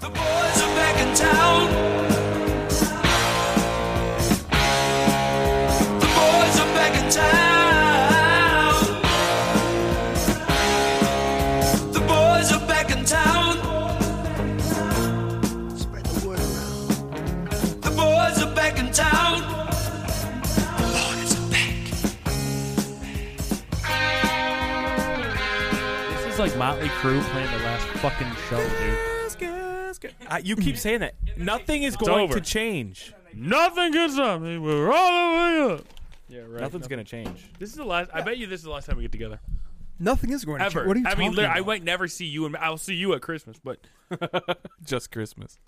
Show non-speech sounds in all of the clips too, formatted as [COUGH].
The boys are back in town. The boys are back in town. The boys are back in town. Spread the word around. The boys are back in town. The boys are back. This is like Motley Crue playing the last fucking show, dude. I, you keep saying that. Nothing is going over. to change. Nothing gets on me. We're all the way up. Yeah, right. Nothing's going to change. This is the last. I bet you this is the last time we get together Nothing is going to ever. change. What are you I talking mean, literally, about? I might never see you, and I'll see you at Christmas, but Just Christmas.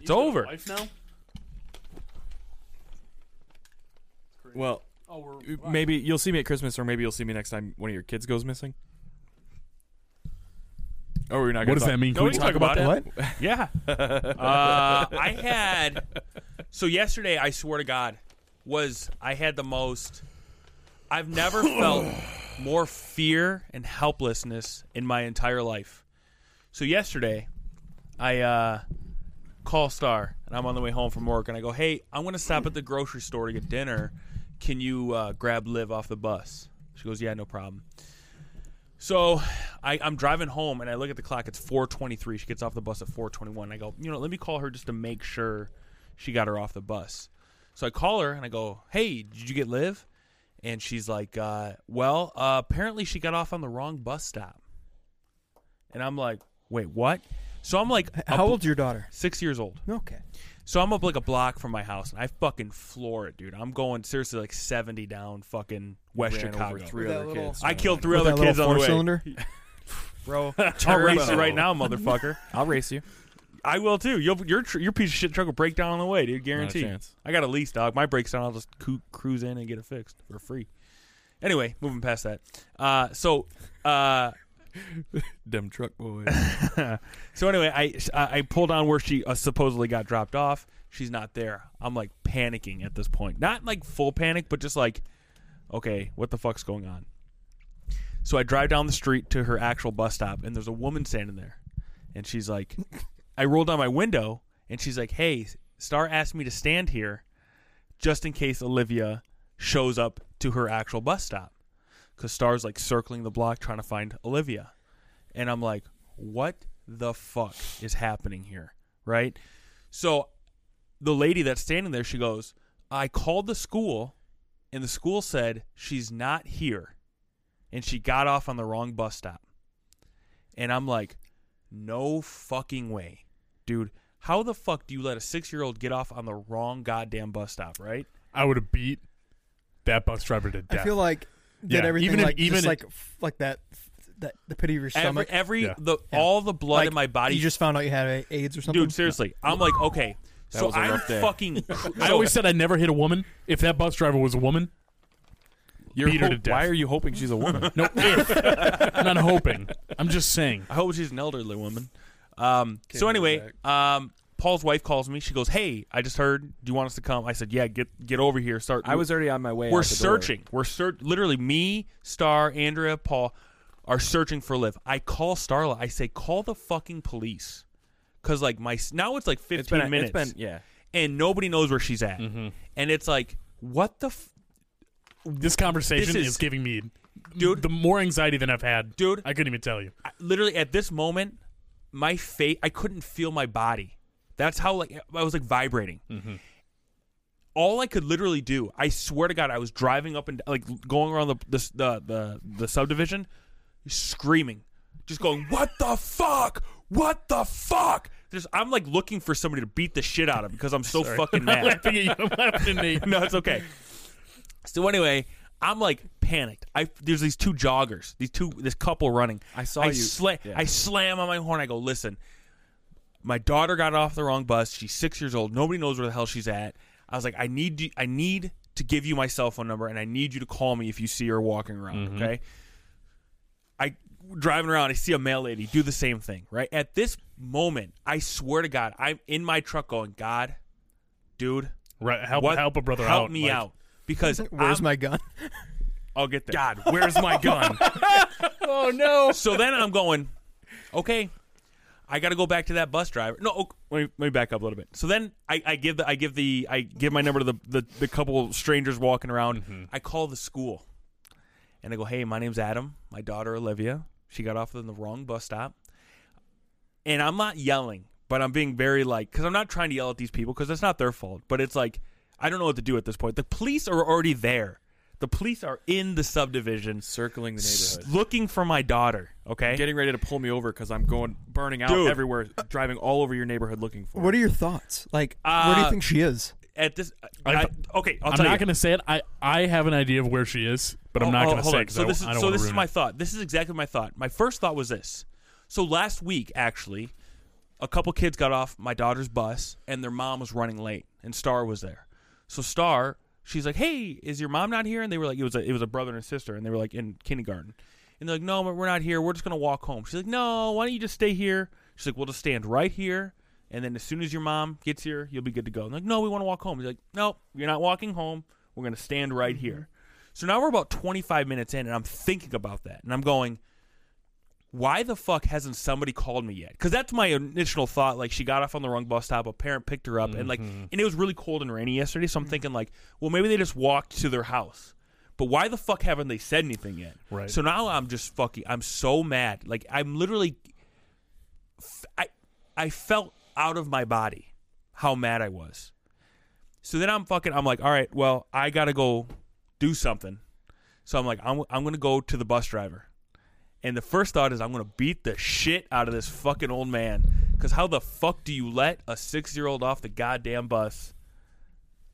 it's over. Wife now? Well, Oh, we're uh, maybe you'll see me at Christmas, or maybe you'll see me next time one of your kids goes missing. Oh, we're not. What gonna does talk- that mean? No, we can talk about it. What? Yeah. [LAUGHS] Uh, I had. So yesterday, I swear to God, was I had the most. I've [LAUGHS] never felt more fear and helplessness in my entire life. So yesterday, I uh, call Star, and I'm on the way home from work, and I go, "Hey, I'm gonna stop at the grocery store to get dinner. Can you uh, grab Liv off the bus?" She goes, "Yeah, no problem." So I, I'm driving home and I look at the clock. It's 4:23. She gets off the bus at 4:21. I go, you know, let me call her just to make sure she got her off the bus. So I call her and I go, hey, did you get Liv? And she's like, uh, well, uh, apparently she got off on the wrong bus stop. And I'm like, wait, what? So I'm like, How up- old's your daughter? Six years old. Okay. So I'm up like a block from my house, and I fucking floor it, dude. I'm going seriously like 70 down, fucking West Ran Chicago. over three That other little- kids. I killed three With other that kids little on the way. [LAUGHS] four-cylinder? bro. I'll race you right now, motherfucker. I'll race you. I will too. You'll, your tr- your piece of shit truck will break down on the way, dude. Guarantee. chance. I got a lease, dog. My breaks down, I'll just coo- cruise in and get it fixed for free. Anyway, moving past that. Uh, so, uh, Them truck boys. so anyway, I I I pull down where she uh, supposedly got dropped off. She's not there. I'm like panicking at this point. Not like full panic, but just like, okay, what the fuck's going on? So I drive down the street to her actual bus stop, and there's a woman standing there, and she's like, I roll down my window, and she's like, Hey, Star asked me to stand here, just in case Olivia shows up to her actual bus stop, because Star's like circling the block trying to find Olivia and I'm like, what the fuck is happening here? Right? So the lady that's standing there, she goes, I called the school, and the school said she's not here, and she got off on the wrong bus stop. And I'm like, no fucking way. Dude, how the fuck do you let a six year old get off on the wrong goddamn bus stop, right? [LAUGHS] I would have beat that bus driver to I death. feel like did Yeah, everything even if- like even just if- like f- like that that the pit of your Every, stomach. every Yeah. the Yeah. all the blood like, in my body You just found out you had a- AIDS or something. dude seriously i'm like okay so was a i'm rough day. fucking so, I always said I never hit a woman. If that bus driver was a woman, You're Beat her to death. Why are you hoping she's a woman? [LAUGHS] no. If I'm not hoping. I'm just saying. I hope she's an elderly woman. Um, so anyway, um, Paul's wife calls me. She goes, "Hey, I just heard. Do you want us to come?" I said, "Yeah, get get over here. Start." I was already on my way. We're out the door. searching. We're search. Literally, me, Star, Andrea, Paul are searching for Liv. I call Starla. I say, "Call the fucking police," because like my s- now it's like fifteen It's been. a- minutes It's been. Yeah. Mm-hmm. and nobody knows where she's at, and it's like, what the f- This conversation This is- is, giving me, Dude. the more anxiety than I've had, Dude. I couldn't even tell you. literally at this moment, my face, I couldn't feel my body. That's how like I was like vibrating. All I could literally do, I swear to God, I was driving up and like going around the the the the, the subdivision, screaming, just going, "What the fuck? What the fuck?" Just I'm like looking for somebody to beat the shit out of because I'm so [LAUGHS] fucking mad. Laughing at you, I'm laughing at [LAUGHS] Nate. no, it's okay. So anyway, I'm like panicked. I there's these two joggers, these two this couple running. I saw I you- Sla- yeah. I slam on my horn. I go, listen, my daughter got off the wrong bus. She's six years old. Nobody knows where the hell she's at. I was like, I need you, I need to give you my cell phone number, and I need you to call me if you see her walking around. Mm-hmm. Okay. I driving around, I see a mail lady do the same thing, right? At this moment, I swear to God, I'm in my truck going, God, dude, Right, help, what- help a brother out. help me like, out. Because [LAUGHS] [LAUGHS] Where's I'm- my gun? I'll get there. [LAUGHS] God, where's my gun? Oh no. so then I'm going, okay, I got to go back to that bus driver. No, oh, let, me, let me back up a little bit. So then I, I give the I give the I give my number to the the, the couple strangers walking around. I call the school, and I go, "Hey, my name's Adam. My daughter Olivia. She got off on the wrong bus stop." And I'm not yelling, but I'm being very like because I'm not trying to yell at these people because that's not their fault. But it's like I don't know what to do at this point. The police are already there. The police are in the subdivision, Circling the s- neighborhood. looking for my daughter. Okay. Getting ready to pull me over because I'm going burning out Dude. everywhere, driving all over your neighborhood looking for. Uh, What her. are your thoughts? Like, where do you Uh, think she is? at this. I, I- okay, I'll I'm tell not you. going to say it. I, I have an idea of where she is, but I'm not Oh, going to hold say on. it because So I, this is I don't so wanna this is ruin my it. thought. This is exactly my thought. My first thought was this. So last week, actually, a couple kids got off my daughter's bus, and their mom was running late, and Star was there. So Star, she's like, "Hey, is your mom not here?" And they were like, "It was a it was a brother and a sister," and they were like in kindergarten, and they're like, "No, we're not here. We're just gonna walk home." She's like, "No, why don't you just stay here?" She's like, "We'll just stand right here." And then as soon as your mom gets here, you'll be good to go. And they're like, no, we want to walk home. He's like, no, you're not walking home. We're going to stand right here. So now we're about 25 minutes in, and I'm thinking about that. And I'm going, why the fuck hasn't somebody called me yet? Because that's my initial thought. Like, she got off on the wrong bus stop. A parent picked her up. And, like, and it was really cold and rainy yesterday. So I'm thinking, like, well, maybe they just walked to their house. But why the fuck haven't they said anything yet? Right. So now I'm just fucking, I'm so mad. Like, I'm literally I I felt out of my body how mad I was. So then I'm fucking I'm like, all right, well, I gotta go do something. So I'm like, I'm I'm gonna go to the bus driver. And the first thought is I'm gonna beat the shit out of this fucking old man. Cause how the fuck do you let a six year old off the goddamn bus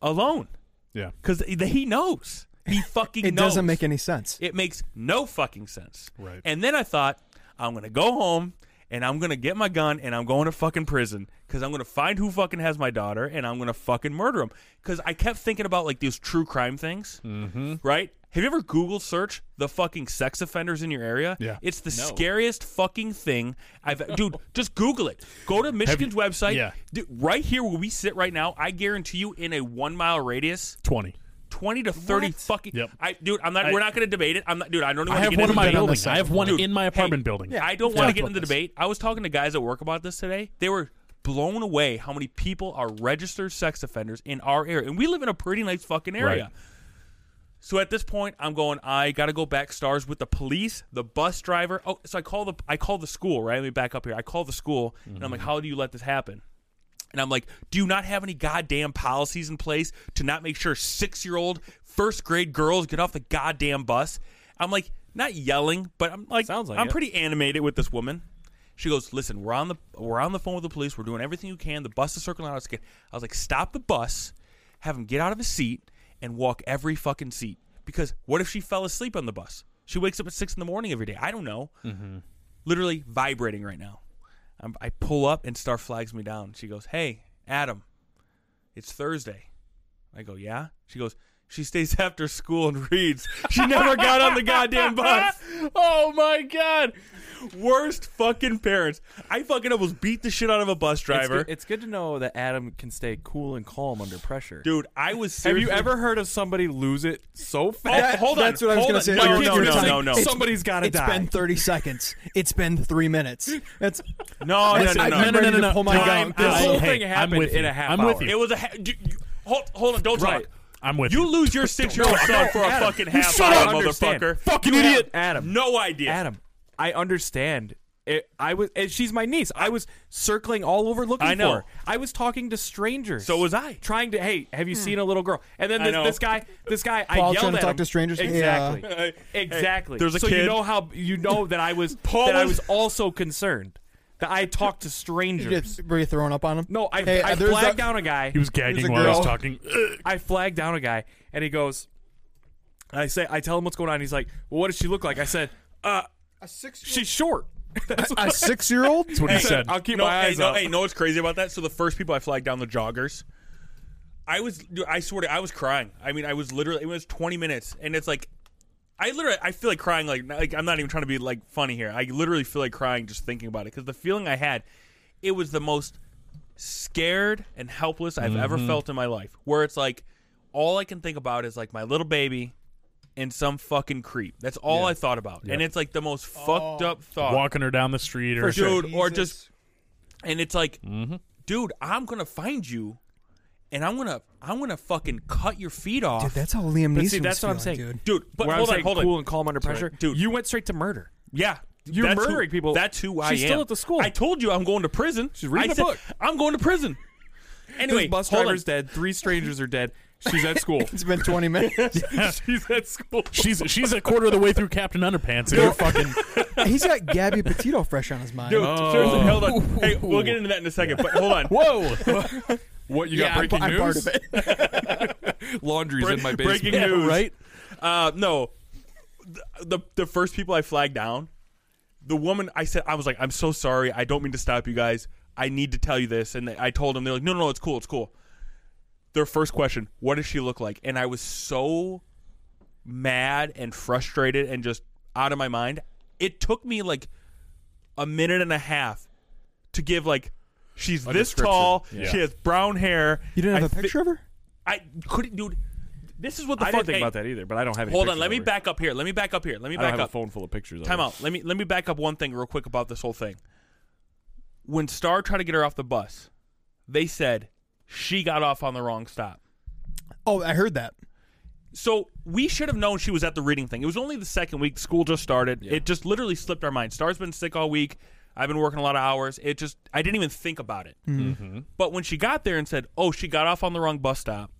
alone? Yeah. Cause th- he knows. He [LAUGHS] fucking It knows. doesn't make any sense. It makes no fucking sense. Right. And then I thought, I'm gonna go home and I'm gonna get my gun and I'm going to fucking prison because I'm gonna find who fucking has my daughter and I'm gonna fucking murder him. Because I kept thinking about like these true crime things, mm-hmm. right? Have you ever Google search the fucking sex offenders in your area? Yeah. It's the scariest fucking thing I've. e-, [LAUGHS] Dude, just Google it. Go to Michigan's website. yeah. Dude, right here where we sit right now, I guarantee you in a one mile radius, 20. 20 to 30 fucking. Yep. I, dude, I'm not. we're not going to debate it. I'm not, dude, I don't even want I to have get one into in my debate. building. I have one Dude, in my hey, apartment building. I don't want to Yeah. get into the debate. I was talking to guys at work about this today. They were blown away how many people are registered sex offenders in our area. And we live in a pretty nice fucking area. Right. So at this point, I'm going. I got to go back stars with the police, the bus driver. Oh, so I call the I call the school. Right, let me back up here. I call the school, and I'm like, Mm-hmm. "How do you let this happen?" And I'm like, "Do you not have any goddamn policies in place to not make sure six year old first grade girls get off the goddamn bus?" I'm like, not yelling, but I'm like, Sounds like I'm it. pretty animated with this woman. She goes, "Listen, we're on the we're on the phone with the police. We're doing everything you can. The bus is circling out." I was like, I was like, "Stop the bus, have him get out of his seat, and walk every fucking seat." Because what if she fell asleep on the bus? She wakes up at six in the morning every day. I don't know. Mm-hmm. Literally vibrating right now. I'm, I pull up and Star flags me down. She goes, "Hey, Adam, it's Thursday." I go, "Yeah." She goes, "She stays [LAUGHS] after school and reads. She never got on the goddamn bus." [LAUGHS] oh, my God. Worst fucking parents. I fucking almost beat the shit out of a bus It's driver. good, it's good to know that Adam can stay cool and calm under pressure. Dude, I was Have seriously. you ever heard of somebody lose it so fast? That- hold on, Oh, That's what I was hold gonna on. say. No, Like, no, you're no, talking- no, no. it's- Somebody's got to It's die. been 30 seconds. It's been three minutes. That's No, no, Listen, no, I'm no. ready to pull my Time gun. out. This whole Hey, thing I'm happened with in you. a half I'm hour. with you. It was a. Ha- you, you- hold, hold on, don't Right. talk. I'm with you. You lose your six year old son for a fucking half hour, understand. motherfucker. Fucking You have idiot. Adam. No idea. Adam, I understand. It, I was. and she's my niece. I was circling all over looking I know. for her. I was talking to strangers. So was I. Trying to. Hey, have you seen a little girl? And then I this, know. this guy. This guy. I Paul yelled trying to at talk him. to strangers? Exactly. Hey, Exactly. there's a so kid. you know how you know that I was Paul that I was- was also concerned that I talked to strangers. just [LAUGHS] were you throwing up on him? no, I, Hey, I there's flagged that- down a guy. He was gagging a while I was girl. talking. I flag down a guy, and he goes. and I say, I tell him what's going on. He's like, "Well, what does she look like?" I said, "Uh, A six. she's short." That's what A six-year-old. That's what he said. I'll keep no, my hey, eyes no, up. Hey, know what's crazy about that? So the first people I flagged down the joggers. I was, dude, I swear to, you, I was crying. I mean, I was literally. It was 20 minutes, and it's like, I literally, I feel like crying. Like, like I'm not even trying to be like funny here. I literally feel like crying just thinking about it because the feeling I had, it was the most scared and helpless I've ever Mm-hmm. felt in my life. Where it's like, all I can think about is like my little baby. And some fucking creep. That's all Oh. Uh, I thought about, and it's like the most fucked up thought Walking her down the street or dude, or Jesus. just And it's like, dude, I'm gonna find you, and I'm gonna I'm gonna fucking cut your feet off, Dude, that's how Liam Neeson But see, that's was what I'm feeling, saying. dude. dude. But Where I hold was on, like hold on. cool and calm under pressure, Dude. You went straight to murder. Yeah. You're That's who- murdering people. That's who I She's am. still at the school. I told you I'm going to prison. She's reading I a book. I'm going to prison. Anyway, this bus hold driver's [LAUGHS] on. dead. Three strangers are dead. She's at school. It's been 20 minutes. [LAUGHS] She's at school. She's she's a quarter of the way through Captain Underpants, and you're fucking He's got Gabby Petito fresh on his mind. Oh, Dude, seriously, hold on. Hey, we'll get into that in a second, but hold [LAUGHS] on. whoa. What you yeah, got? Breaking I'm, I'm news. part of it. Laundry's in my basement. Breaking news. right? Uh, no. The, the the first people I flagged down, the woman I said I was like, I'm so sorry. I don't mean to stop you guys. I need to tell you this, and they, I told them they're like, no, no, no, it's cool, it's cool. Their first question, what does she look like? And I was so mad and frustrated and just out of my mind. It took me like a minute and a half to give like, she's this description. tall, Yeah. she has brown hair. You didn't I have a thi- picture of her? I couldn't, dude. This is what the I fuck. didn't think hey, about that either, but I don't have. Any Hold pictures on, let of me her. back up here. Let me back up here. Let me I back don't have up. a phone full of pictures. of Time her. out. Let me let me back up one thing real quick about this whole thing. When Star tried to get her off the bus, they said she got off on the wrong stop. Oh, I heard that. So we should have known she was at the reading thing. It was only the second week. School just started. It just literally slipped our mind. Star's been sick all week. I've been working a lot of hours. It just I didn't even think about it. But when she got there and said, "Oh, she got off on the wrong bus stop,"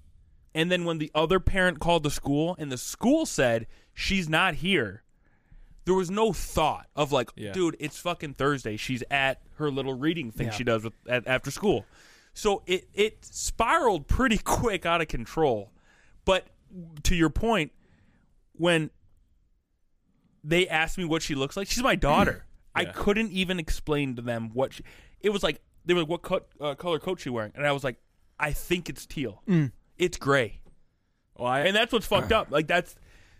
and then when the other parent called the school and the school said she's not here, there was no thought of like, Yeah. dude, it's fucking Thursday. She's at her little reading thing Yeah. she does with, at, after school. So it it spiraled pretty [LAUGHS] quick out of control. But to your point, when they asked me what she looks like, she's my [CLEARS THROAT] daughter. I Yeah. couldn't even explain to them what she. It was like they were like, "What co- uh, color coat she wearing?" And I was like, "I think it's teal. It's gray." Well, I, and that's what's fucked up. Like that's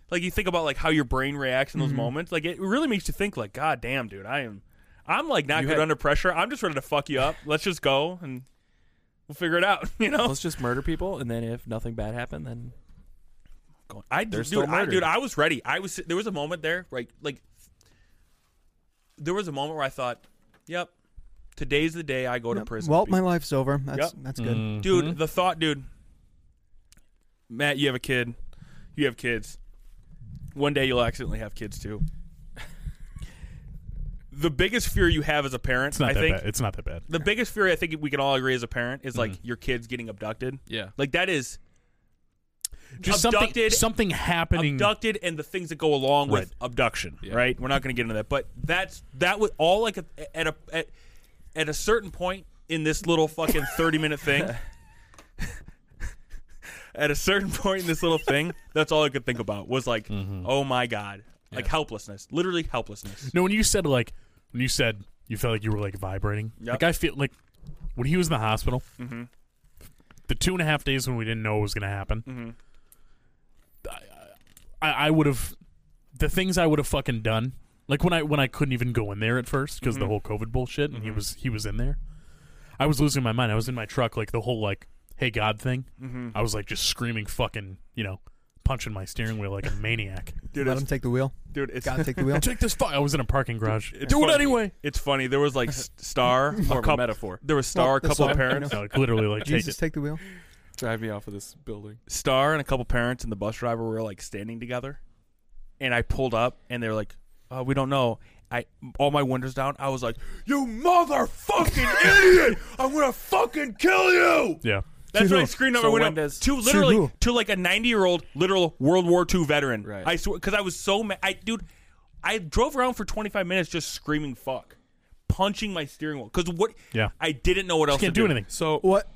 like you think about like how your brain reacts in those moments. Like it really makes you think. Like, God damn, dude, I am. I'm like not You good had- under pressure. I'm just ready to fuck you up. Let's just go and we'll figure it out. [LAUGHS] You know. let's just murder people, and then if nothing bad happened, then going. I dude, still I, murdered. dude, I was ready. I was. There was a moment there, like like. There was a moment where I thought, "Yep, today's the day I go to prison." Well, my life's over. That's Yep. that's good. dude, Mm-hmm. the thought, dude. Matt, you have a kid. You have kids. One day you'll accidentally have kids too. the biggest fear you have as a parent, It's not I that think, bad. It's not that bad. the biggest fear I think we can all agree as a parent is like your kids getting abducted. Mm-hmm. Yeah. like that is Just something abducted- something happening. abducted and the things that go along with Right. abduction right we're not going to get into that but that's that would all like a, at a at, at a certain point in this little [LAUGHS] fucking 30 minute thing at a certain point in this little thing that's all i could think about was like oh my god like helplessness literally helplessness No, when you said like when you said you felt like you were like vibrating. Yep. Like I feel like when he was in the hospital, the two and a half days when we didn't know what was going to happen, I, I, I would have the things I would have fucking done. Like when I when I couldn't even go in there at first because the whole COVID bullshit, and he was he was in there. I was losing my mind. I was in my truck, like the whole like "Hey God" thing. I was like just screaming, fucking, you know, punching my steering wheel like a maniac. dude Let him it's, take the wheel. dude it's [LAUGHS] Gotta [LAUGHS] take the wheel. Take this. Fu- I was in a parking garage. it's Do it funny. anyway. it's funny there was [LAUGHS] like s- star a more of couple- a metaphor. there was star a Well, that's couple of fine. I parents No, like literally, like take Jesus, it. take the wheel. drive me off of this building. Star and a couple parents and the bus driver were like standing together, and I pulled up and they were like, uh, "We don't know." I all my windows down. I was like, "You [LAUGHS] motherfucking idiot! I'm gonna fucking kill you!" Yeah. That's what I Kill. screamed out So my window when does- to literally who? to like a 90 year old literal World War II veteran. Right. I swear because I was so mad. I dude, I drove around for 25 minutes just screaming "fuck," punching my steering wheel because what? Yeah. I didn't know what else Can't to do anything. So What?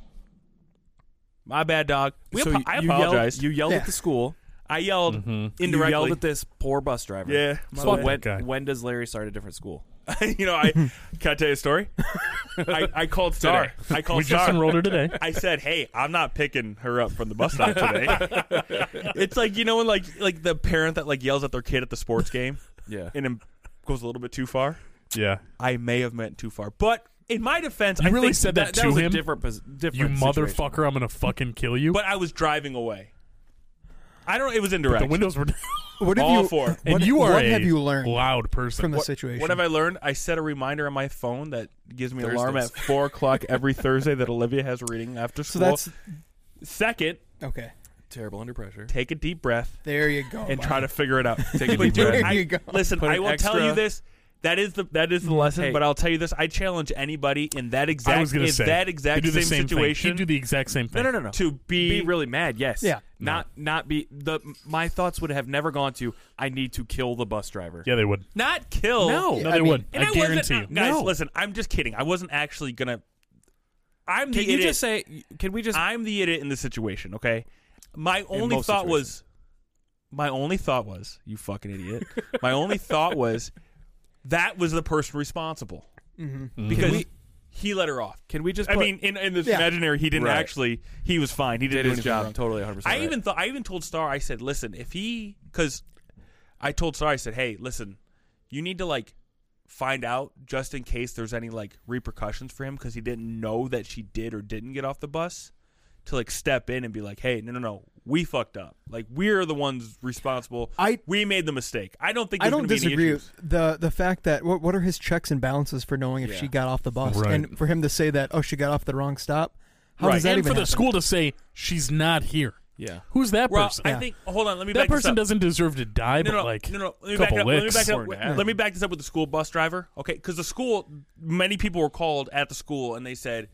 My bad, dog. We so apo- you, I you yelled- apologized. You yelled Yeah. at the school. I yelled Mm-hmm. You indirectly. yelled at this poor bus driver. Yeah, my So bad. when Okay. when does Larry start a different school? [LAUGHS] you know, I can I tell you a story. I, I called Star. I called We Star. just enrolled her [LAUGHS] today. I said, "Hey, I'm not picking her up from the bus [LAUGHS] stop today." it's like you know, when like like the parent that like yells at their kid at the sports [LAUGHS] game, Yeah. and em- goes a little bit too far. Yeah. I may have meant too far, but in my defense, You I really think said that, that, that to was a him. different pos- different you situation. motherfucker! I'm gonna fucking kill you. But I was driving away. I don't know. It was indirect. The windows were down. [LAUGHS] What have All you, four. What, and you are what a have you learned loud person. from the What- situation? What have I learned? I set a reminder on my phone that gives me an alarm at Thursdays. four o'clock every Thursday that Olivia has reading after so school. that's Second, okay. Terrible under pressure. take a deep breath There you go. and Mike. try to figure it out. Take a But deep dude, breath. There I- you go. Listen, Put I an will tell extra- you this. That is the that is the lesson, Hey. but I'll tell you this. I challenge anybody in that exact I was gonna in say that you exact do same, the same thing. situation You do the exact same No, thing. no, no, no. to be be, really mad. Yes. Yeah. Not not be the my thoughts would have never gone to I need to kill the bus driver. Yeah, they would. not kill. No. No, I they mean- would. And I wasn't- guarantee you. Guys, No. listen, I'm just kidding. I wasn't actually gonna I'm the Can you idiot. just say can we just I'm the idiot in this situation, okay? My only most thought was my only thought was, you fucking [LAUGHS] idiot. my only thought was that was the person responsible. Because he let her off. Mm-hmm. can we just I put, mean, in, in this Yeah. imaginary, he didn't Right. actually. He was fine. He didn't did do his anything job wrong. totally 100%. I right. even thought. I even told Star. I said, listen, if he, because I told Star, I said, hey, listen, you need to like find out just in case there's any like repercussions for him because he didn't know that she did or didn't get off the bus to like step in and be like, hey, no, no, no, we fucked up. Like we're the ones responsible. I- we made the mistake. I don't think I there's don't gonna be any disagree. issues. The the fact that what what are his checks and balances for knowing if Yeah. she got off the bus, Right. and for him to say that oh she got off the wrong stop, how Right. does that and even for the happen? school to say she's not here. Yeah. Who's that Well, person? I think. Hold on, let me that back this person up. doesn't deserve to die, No, but no, like no, no. Let me, back couple it up. let me back licks. it up. Or Wait, an Let me back this up with the school bus driver. Okay, because the school, many people were called at the school and they said,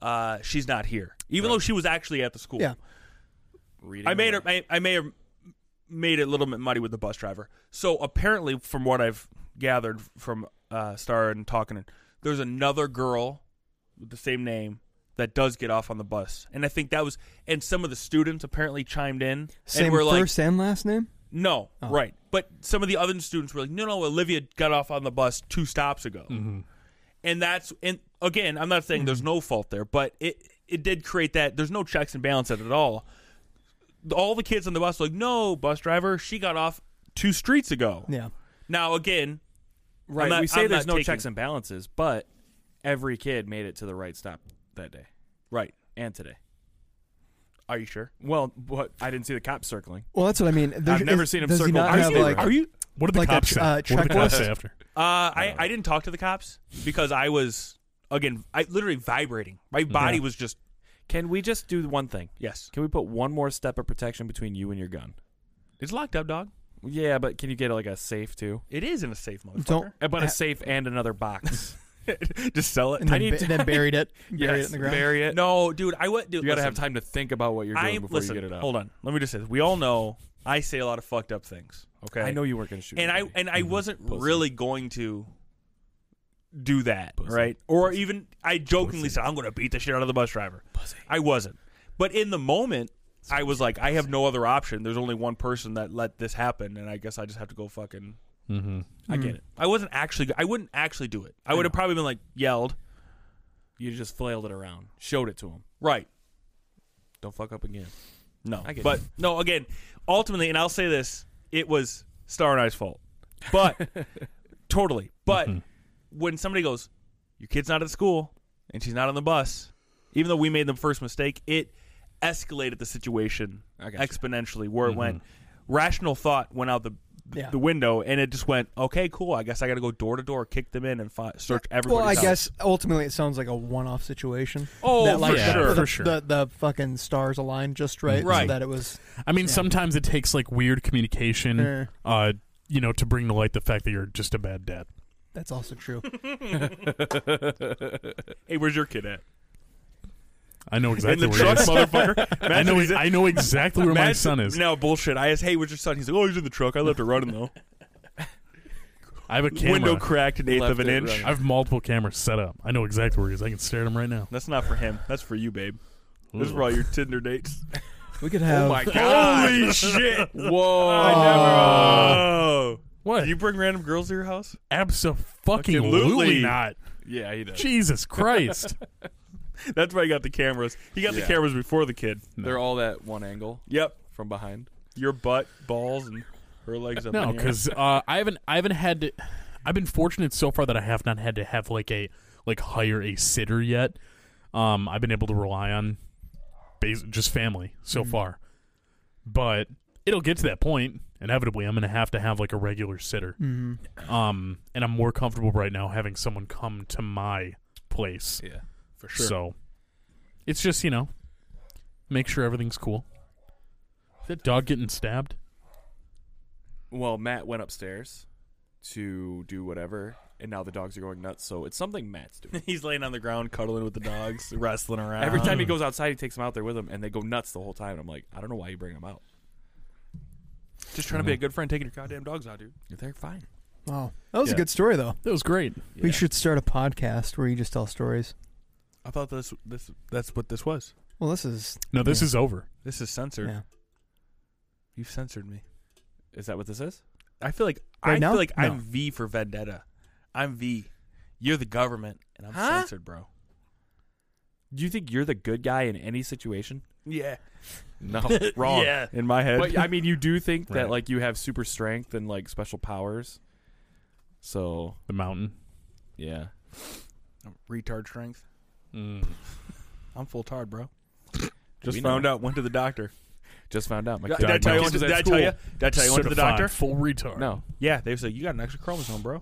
uh, "She's not here," even though she was actually at the school. Yeah. Reading I made her. her. I, I may have made it a little bit muddy with the bus driver. So apparently, from what I've gathered from uh, Star and talking, there's another girl with the same name that does get off on the bus, and I think that was. And some of the students apparently chimed in Same and were like, first and last name. no, Oh. right. But some of the other students were like, "No, no, Olivia got off on the bus two stops ago," Mm-hmm. and that's and again, I'm not saying there's no fault there, but it it did create that. There's no checks and balances at all. All the kids on the bus were like, "No, bus driver, she got off two streets ago." Yeah, Now again, Right. I'm not- we say I'm there's not no taking- checks and balances, but every kid made it to the right stop that day right? and today. Are you sure? Well, what I didn't see the cops circling. well that's what I mean. There's- I've never is- seen him does he circle not back have, to the like, right. Are you? What did the Like a cops ch- say? uh, what did the cops checklist? say after? Uh, I, I didn't talk to the cops because I was again, I literally vibrating. My body was just Can we just do one thing? yes. Can we put one more step of protection between you and your gun? It's locked up, dog. Yeah, but can you get like a safe too? It is in a safe motherfucker. Don't Uh, But Uh, a safe and [LAUGHS] another box. just sell it. and I then, need ba- to- then buried it, buried Yes, it in the ground. Bury [LAUGHS] it. No, dude, I went. Dude, you got to listen, have time to think about what you're doing I before listen. you get it out. Hold on, let me just say this. We all know I say a lot of fucked up things. Okay, I know you weren't going to shoot. and I anybody. and I wasn't Pussy. really going to do that, Pussy. right? Or even I jokingly said I'm going to beat the shit out of the bus driver. I wasn't, but in the moment. I was like, I have no other option. There's only one person that let this happen, and I guess I just have to go fucking. Mm-hmm. I get it. I wasn't actually. I wouldn't actually do it. I would have probably been like yelled, you just flailed it around, showed it to him. right? Don't fuck up again. No, I get but it. no. Again, ultimately, and I'll say this: it was Star and I's fault, [LAUGHS] but totally. But Mm-hmm. when somebody goes, "Your kid's not at school and she's not on the bus," even though we made the first mistake, it escalated the situation I gotcha. Mm-hmm. exponentially. Where it went, rational thought went out the Yeah. the window, and it just went, "Okay, cool. I guess I got to go door to door, kick them in, and fi- search everybody." Well, I guess ultimately it sounds like a one-off situation. Oh, that, for like, sure. the, For sure. The, the fucking stars aligned just right, Right. So that it was. I mean, sometimes it takes like weird communication, Yeah. uh, you know, to bring to light the fact that you're just a bad dad. That's also true. Hey, where's your kid at? I know In exactly the where truck, he is. motherfucker. [LAUGHS] I know. I know exactly where my Imagine- son is. No bullshit. I asked, "Hey, where's your son?" He's like, "Oh, he's in the truck. I left it running [LAUGHS] though. I have a camera. Window cracked an eighth Left of an it inch. running. I have multiple cameras set up. I know exactly where he is. I can stare at him right now. That's not for him. That's for you, babe. This is for all your Tinder [LAUGHS] dates. We Oh could have. Holy [LAUGHS] shit! Whoa! Oh, What? do you bring random girls to your house? Absolutely Absolutely. not. yeah, he does. Jesus Christ. That's why he got the cameras. He got the Yeah. cameras before the kid. They're all that one angle Yep, from behind. your butt, balls, and her legs up. No, in the air. because uh, I haven't. I haven't had. To, I've been fortunate so far that I have not had to have like a like hire a sitter yet. Um, I've been able to rely on bas- just family so far, but it'll get to that point inevitably i'm gonna have to have like a regular sitter um and i'm more comfortable right now having someone come to my place Yeah, for sure. so it's just you know make sure everything's cool Is that dog getting stabbed Well, Matt went upstairs to do whatever, and now the dogs are going nuts. So it's something Matt's doing. He's laying on the ground, cuddling with the dogs, wrestling around. Every time he goes outside, he takes them out there with him, and they go nuts the whole time. And I'm like, I don't know why you bring them out. just trying to be a good friend, taking your goddamn dogs out, dude. They're fine. Wow, that was Yeah. a good story though. that was great We should start a podcast where you just tell stories. I thought this this that's what this was. Well, this is no this Yeah. is over This is censored. yeah. You've censored me. Is that what this is? I feel like I Right now? feel like No. I'm V for vendetta. I'm V. You're the government, and I'm Huh? censored, bro. Do you think you're the good guy in any situation? Yeah. No, wrong. Yeah. In my head. [LAUGHS] But I mean, you do think Right. that like you have super strength and like special powers. So the mountain yeah, retard strength. Mm. I'm full tard, bro. We Just know. found out. Went to the doctor. Just found out. My Did I tell you? I went to- was at Did I school. tell you? Did I tell you? I went to the Certified doctor. full retard No. Yeah, they said you got an extra chromosome, bro.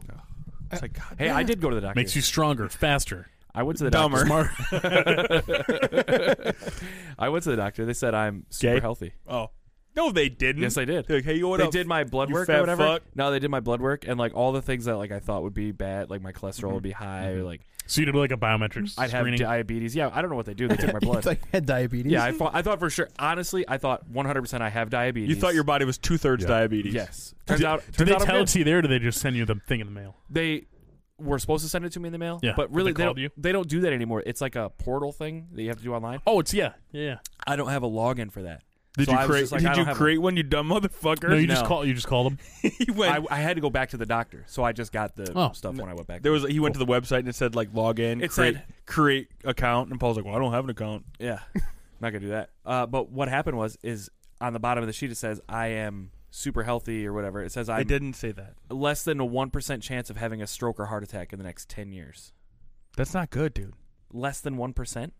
It's like God, Hey, I did go to the doctor. makes you stronger faster I went to the dumber. doctor. I went to the doctor. They said I'm super Gay? healthy. Oh no, they didn't. Yes, I did. They're like, hey, you what they up? did my blood you work fat or whatever. fuck? No, they did my blood work and like all the things that like I thought would be bad, like my cholesterol would be high, or like [LAUGHS] so you did like a biometric I'd have screening diabetes. Yeah, I don't know what they do. They took my [LAUGHS] blood. [LAUGHS] It's like head [LAUGHS] diabetes. yeah, I thought, I thought for sure. Honestly, I thought 100% I have diabetes. You thought your body was two thirds Yeah. diabetes. Yes. Turns Did- out, turns do they out I'm tell good. it to you there or do they just send you the thing in the mail they were supposed to send it to me in the mail. Yeah, but but really they they, called don't. you? They don't do that anymore. It's like a portal thing that you have to do online. oh it's yeah yeah, yeah. I don't have a login for that. Did So I you was create? just like, I did don't you have a- create one? You dumb motherfucker. no you just No. call you just [LAUGHS] call them he went. I, I had to go back to the doctor, so I just got the Oh. stuff when I went back. there was. He went to the website and it said like log in. It create, said- create account, and Paul's like, well, I don't have an account. yeah, I'm not gonna do that. Uh, but what happened was, is on the bottom of the sheet it says I am super healthy or whatever. It says I I'm didn't say that. less than a one percent chance of having a stroke or heart attack in the next ten years. That's not good, dude. Less than one percent.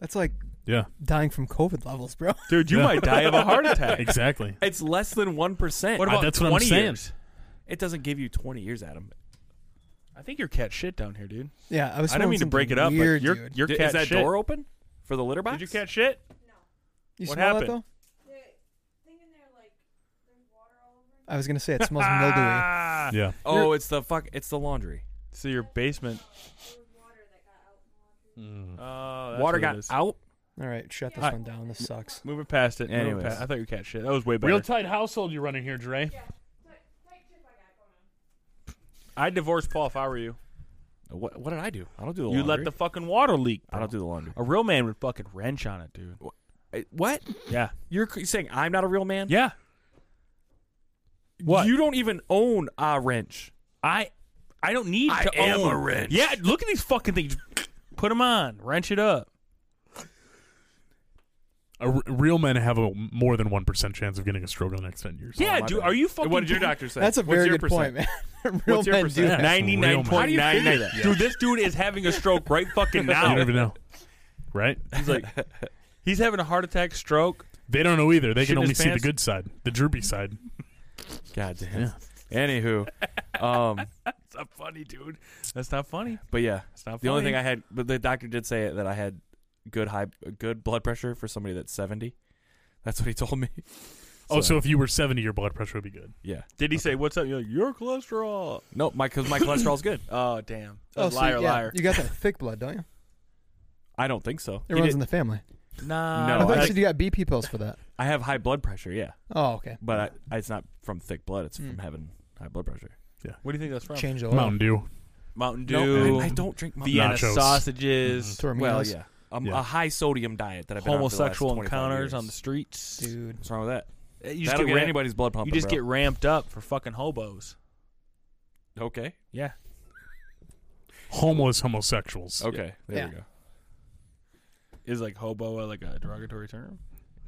that's like yeah dying from COVID levels, bro. [LAUGHS] Dude, you Yeah. might die of a heart [LAUGHS] attack. exactly It's less than one percent. What I- about that's what I'm 20 saying. years? It doesn't give you twenty years, Adam. I think your cat shit down here, dude. Yeah, I was. I didn't smelling mean to something break it up, weird, but your dude. your D- cat is that shit. door open for the litter box? Did your cat shit? You What smell that happened? though? The thing in there, like, there's water all over it. I was gonna say it [LAUGHS] smells mildewy. Ah. yeah [LAUGHS] Oh, it's the fuck. It's the laundry. So your basement. There was water that got out. in the laundry. Oh, that's what Water it got is. out. All right, shut this Alright. one down. This sucks. Move it past it. Move it Anyways. past- I thought your cat shit. That was way better. real tight household you're running here Dre Tight, tight tip I got going on. I'd divorce Paul if I were you. What? What did I do? I don't do the You laundry. let the fucking water leak. I don't bro. do the laundry. A real man would fucking wrench on it, dude. Uh, What? Yeah. You're c- saying I'm not a real man? Yeah. What? You don't even own a wrench. I I don't need I to am own. a wrench. Oh, Yeah, look at these fucking things. Put them on. Wrench it up. A r- real men have a more than 1% chance of getting a stroke in the next 10 years yeah, my dude, bad. are you fucking What did your doctor say? That's a What's very your good point, percent? man. [LAUGHS] Real What's your men do percent? that. That's real men. 99.99. Yeah. Dude, this dude is having a stroke right fucking [LAUGHS] you don't now. even know right He's like He's having a heart attack, stroke. they don't know either they Shit can in only his see the pants? good side the droopy side God damn. Anywho, um, That's not funny, dude. That's not funny. but yeah, That's not funny. the only thing I had, but the doctor did say that I had good high, good blood pressure for somebody that's 70. That's what he told me. oh so if you were 70 your blood pressure would be good yeah, Did he say what's up? You're like, your cholesterol. no, my because my cholesterol's good. Oh damn. Oh, That's so, liar, yeah, liar. You got that thick blood, [LAUGHS] don't you? I don't think so. It runs in the family. Nah. No, I thought you Oh, I- said you got BP pills for that. I have high blood pressure. Yeah, Oh, okay. but I, it's not from thick blood. It's Hmm. from having high blood pressure. What do you think that's from? Change the oil. Mountain Dew Mountain Dew. No, I, I don't drink Mountain Vienna Nachos. sausages. Tormillos. Well, yeah. Um, Yeah. A high sodium diet that I've been on for the last Homosexual 25 encounters years. on the streets. [LAUGHS] Dude. What's wrong with that? Uh, You That'll get, ra- anybody's blood pumping. You just bro. get ramped up for fucking hobos. okay. Yeah. homeless homosexuals Oh, Okay. There Yeah. we go. Is like hobo uh, like a derogatory term?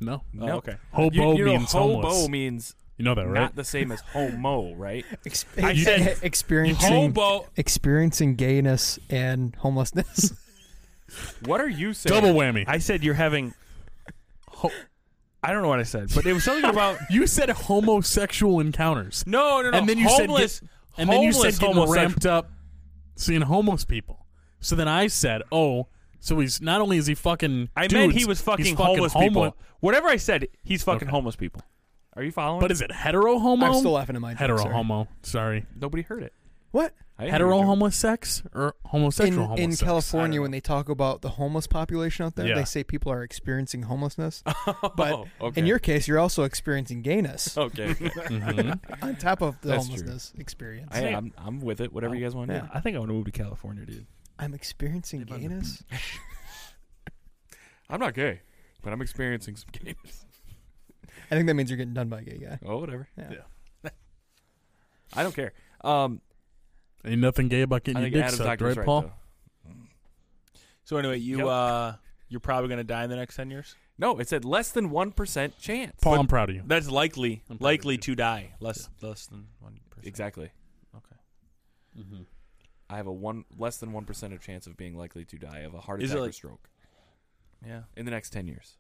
no Oh, No. okay. hobo you, you know, means hobo homeless means you know that right not the same as homo, [LAUGHS] right? [LAUGHS] Ex- I said- experiencing Hobo. experiencing gayness and homelessness. [LAUGHS] What are you saying? double whammy I said you're having ho- I don't know what I said, but it was something about You said homosexual encounters. no, no, no. And then you said homeless, get- and then you said homeless getting homosexual- ramped up, seeing homeless people. So then I said, "Oh, so he's not only is he fucking I dudes, meant he was he's fucking, homeless, people. Whatever I said, he's fucking homeless people. Are you following? But is it hetero homo? I'm still laughing at my joke, hetero sorry. homo. Sorry, Nobody heard it. What? I didn't hear hetero it. [LAUGHS] homosex or In, homosexual homosex in I don't California, know. when they talk about the homeless population out there, Yeah. they say people are experiencing homelessness. but [LAUGHS] Oh, okay. in your case, you're also experiencing gayness [LAUGHS] Okay. [LAUGHS] okay. on top of the That's true. homelessness experience. I, I'm, I'm with it. Whatever you guys want to Yeah. do. I think I want to move to California, dude. I'm experiencing Live on the gayness. I'm not gay, but I'm experiencing some [LAUGHS] gayness. I think that means you're getting done by a gay guy. Oh, whatever. Yeah. [LAUGHS] I don't care. Um, ain't nothing gay about I getting your think dick Adam's sucked, doctor's right, right, Paul? though. So anyway, you Yep. uh, you're probably gonna die in the next ten years. No, it said less than one percent chance. Paul, I'm proud of you. That's likely I'm probably likely good. to die less less than one percent. Exactly. Okay. I have a one less than one percent of chance of being likely to die of a heart Is attack it or like- stroke Yeah. in the next ten years.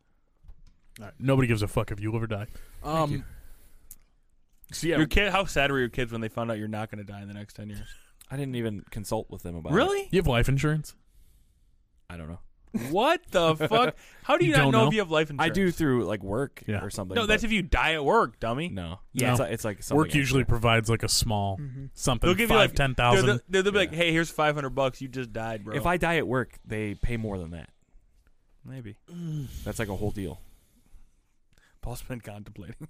All right, Nobody gives a fuck if you live or die. Um, you. So yeah, Your kid. How sad were your kids when they found out you're not gonna die in the next ten years? I didn't even consult with them about. It. you have life insurance. I don't know. What the fuck? How do you, You not don't know, know? if you have life insurance? I do through like work Yeah. or something. No, that's but- if you die at work, dummy. no. Yeah. it's, it's like something Work extra. usually provides like a small Mm-hmm. something, They'll give you five, like ten They'll, thousand. they'll- they'll be like, Yeah. "Hey, here's five hundred bucks. You just died, bro." If I die at work, they pay more than that. maybe That's like a whole deal. Paul's been contemplating.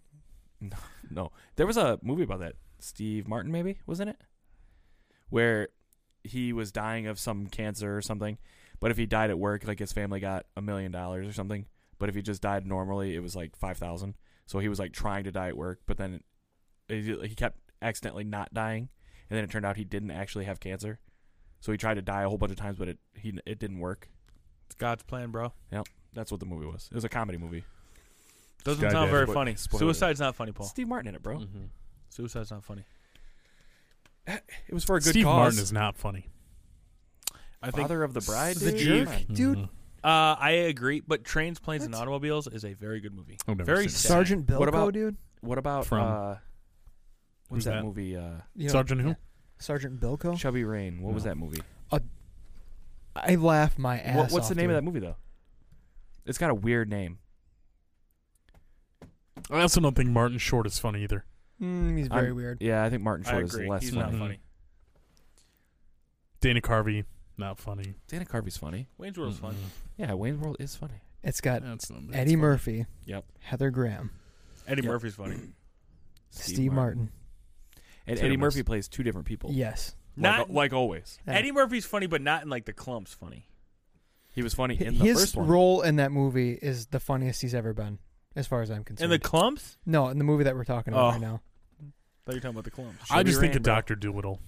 No, there was a movie about that. Steve Martin, maybe wasn't it? Where he was dying of some cancer or something, but if he died at work, like his family got a million dollars or something. But if he just died normally, it was like five thousand. So he was like trying to die at work, but then it- he kept accidentally not dying, and then it turned out he didn't actually have cancer. So he tried to die a whole bunch of times, but it he it didn't work. It's God's plan, bro. That's what the movie was. It was a comedy movie. Doesn't Sky sound dive. very Spoil- funny. spoiler. Suicide's not funny, Paul. Steve Martin in it, Mm. bro. Mm-hmm. Suicide's not funny. It was for a good Steve cause. Martin is not funny. I think Father of the Bride. The dude? jerk, Come on. Mm-hmm. dude. uh, I agree, but Trains, Planes, and Automobiles is a very good movie. I've never Very seen it. sad. Sergeant Bilko, What about- dude. What about From- uh Who's what's that, that? movie? Uh You know, Sergeant who? Sergeant Bilko. Chubby Rain. What was No. that movie? I laugh my What- ass what's the name of that movie though? It's got a weird name. I also don't think Martin Short is funny either. that? Mm, he's very I'm- weird. Yeah, I think Martin I Short is agree. less He's funny. not Mhm. funny. Dana Carvey, not funny. Mm-hmm. Dana Carvey's funny. Wayne's World's funny. Yeah, Wayne's World is funny. It's got That's not, Eddie Murphy. Oh, Yep. Heather Graham. Eddie Yep. Murphy's funny. Steve, Martin. And Hit or Eddie miss. Murphy plays two different people. Yes. Like, Not- like always. Yeah. Eddie Murphy's funny, but not in like the clumps funny. He was funny in the His first one. role in that movie is the funniest he's ever been, as far as I'm concerned. In the clumps? no, in the movie that we're talking Oh. about right now. thought you were talking about the clumps. I just Chubby think of Rain, bro. Doctor Doolittle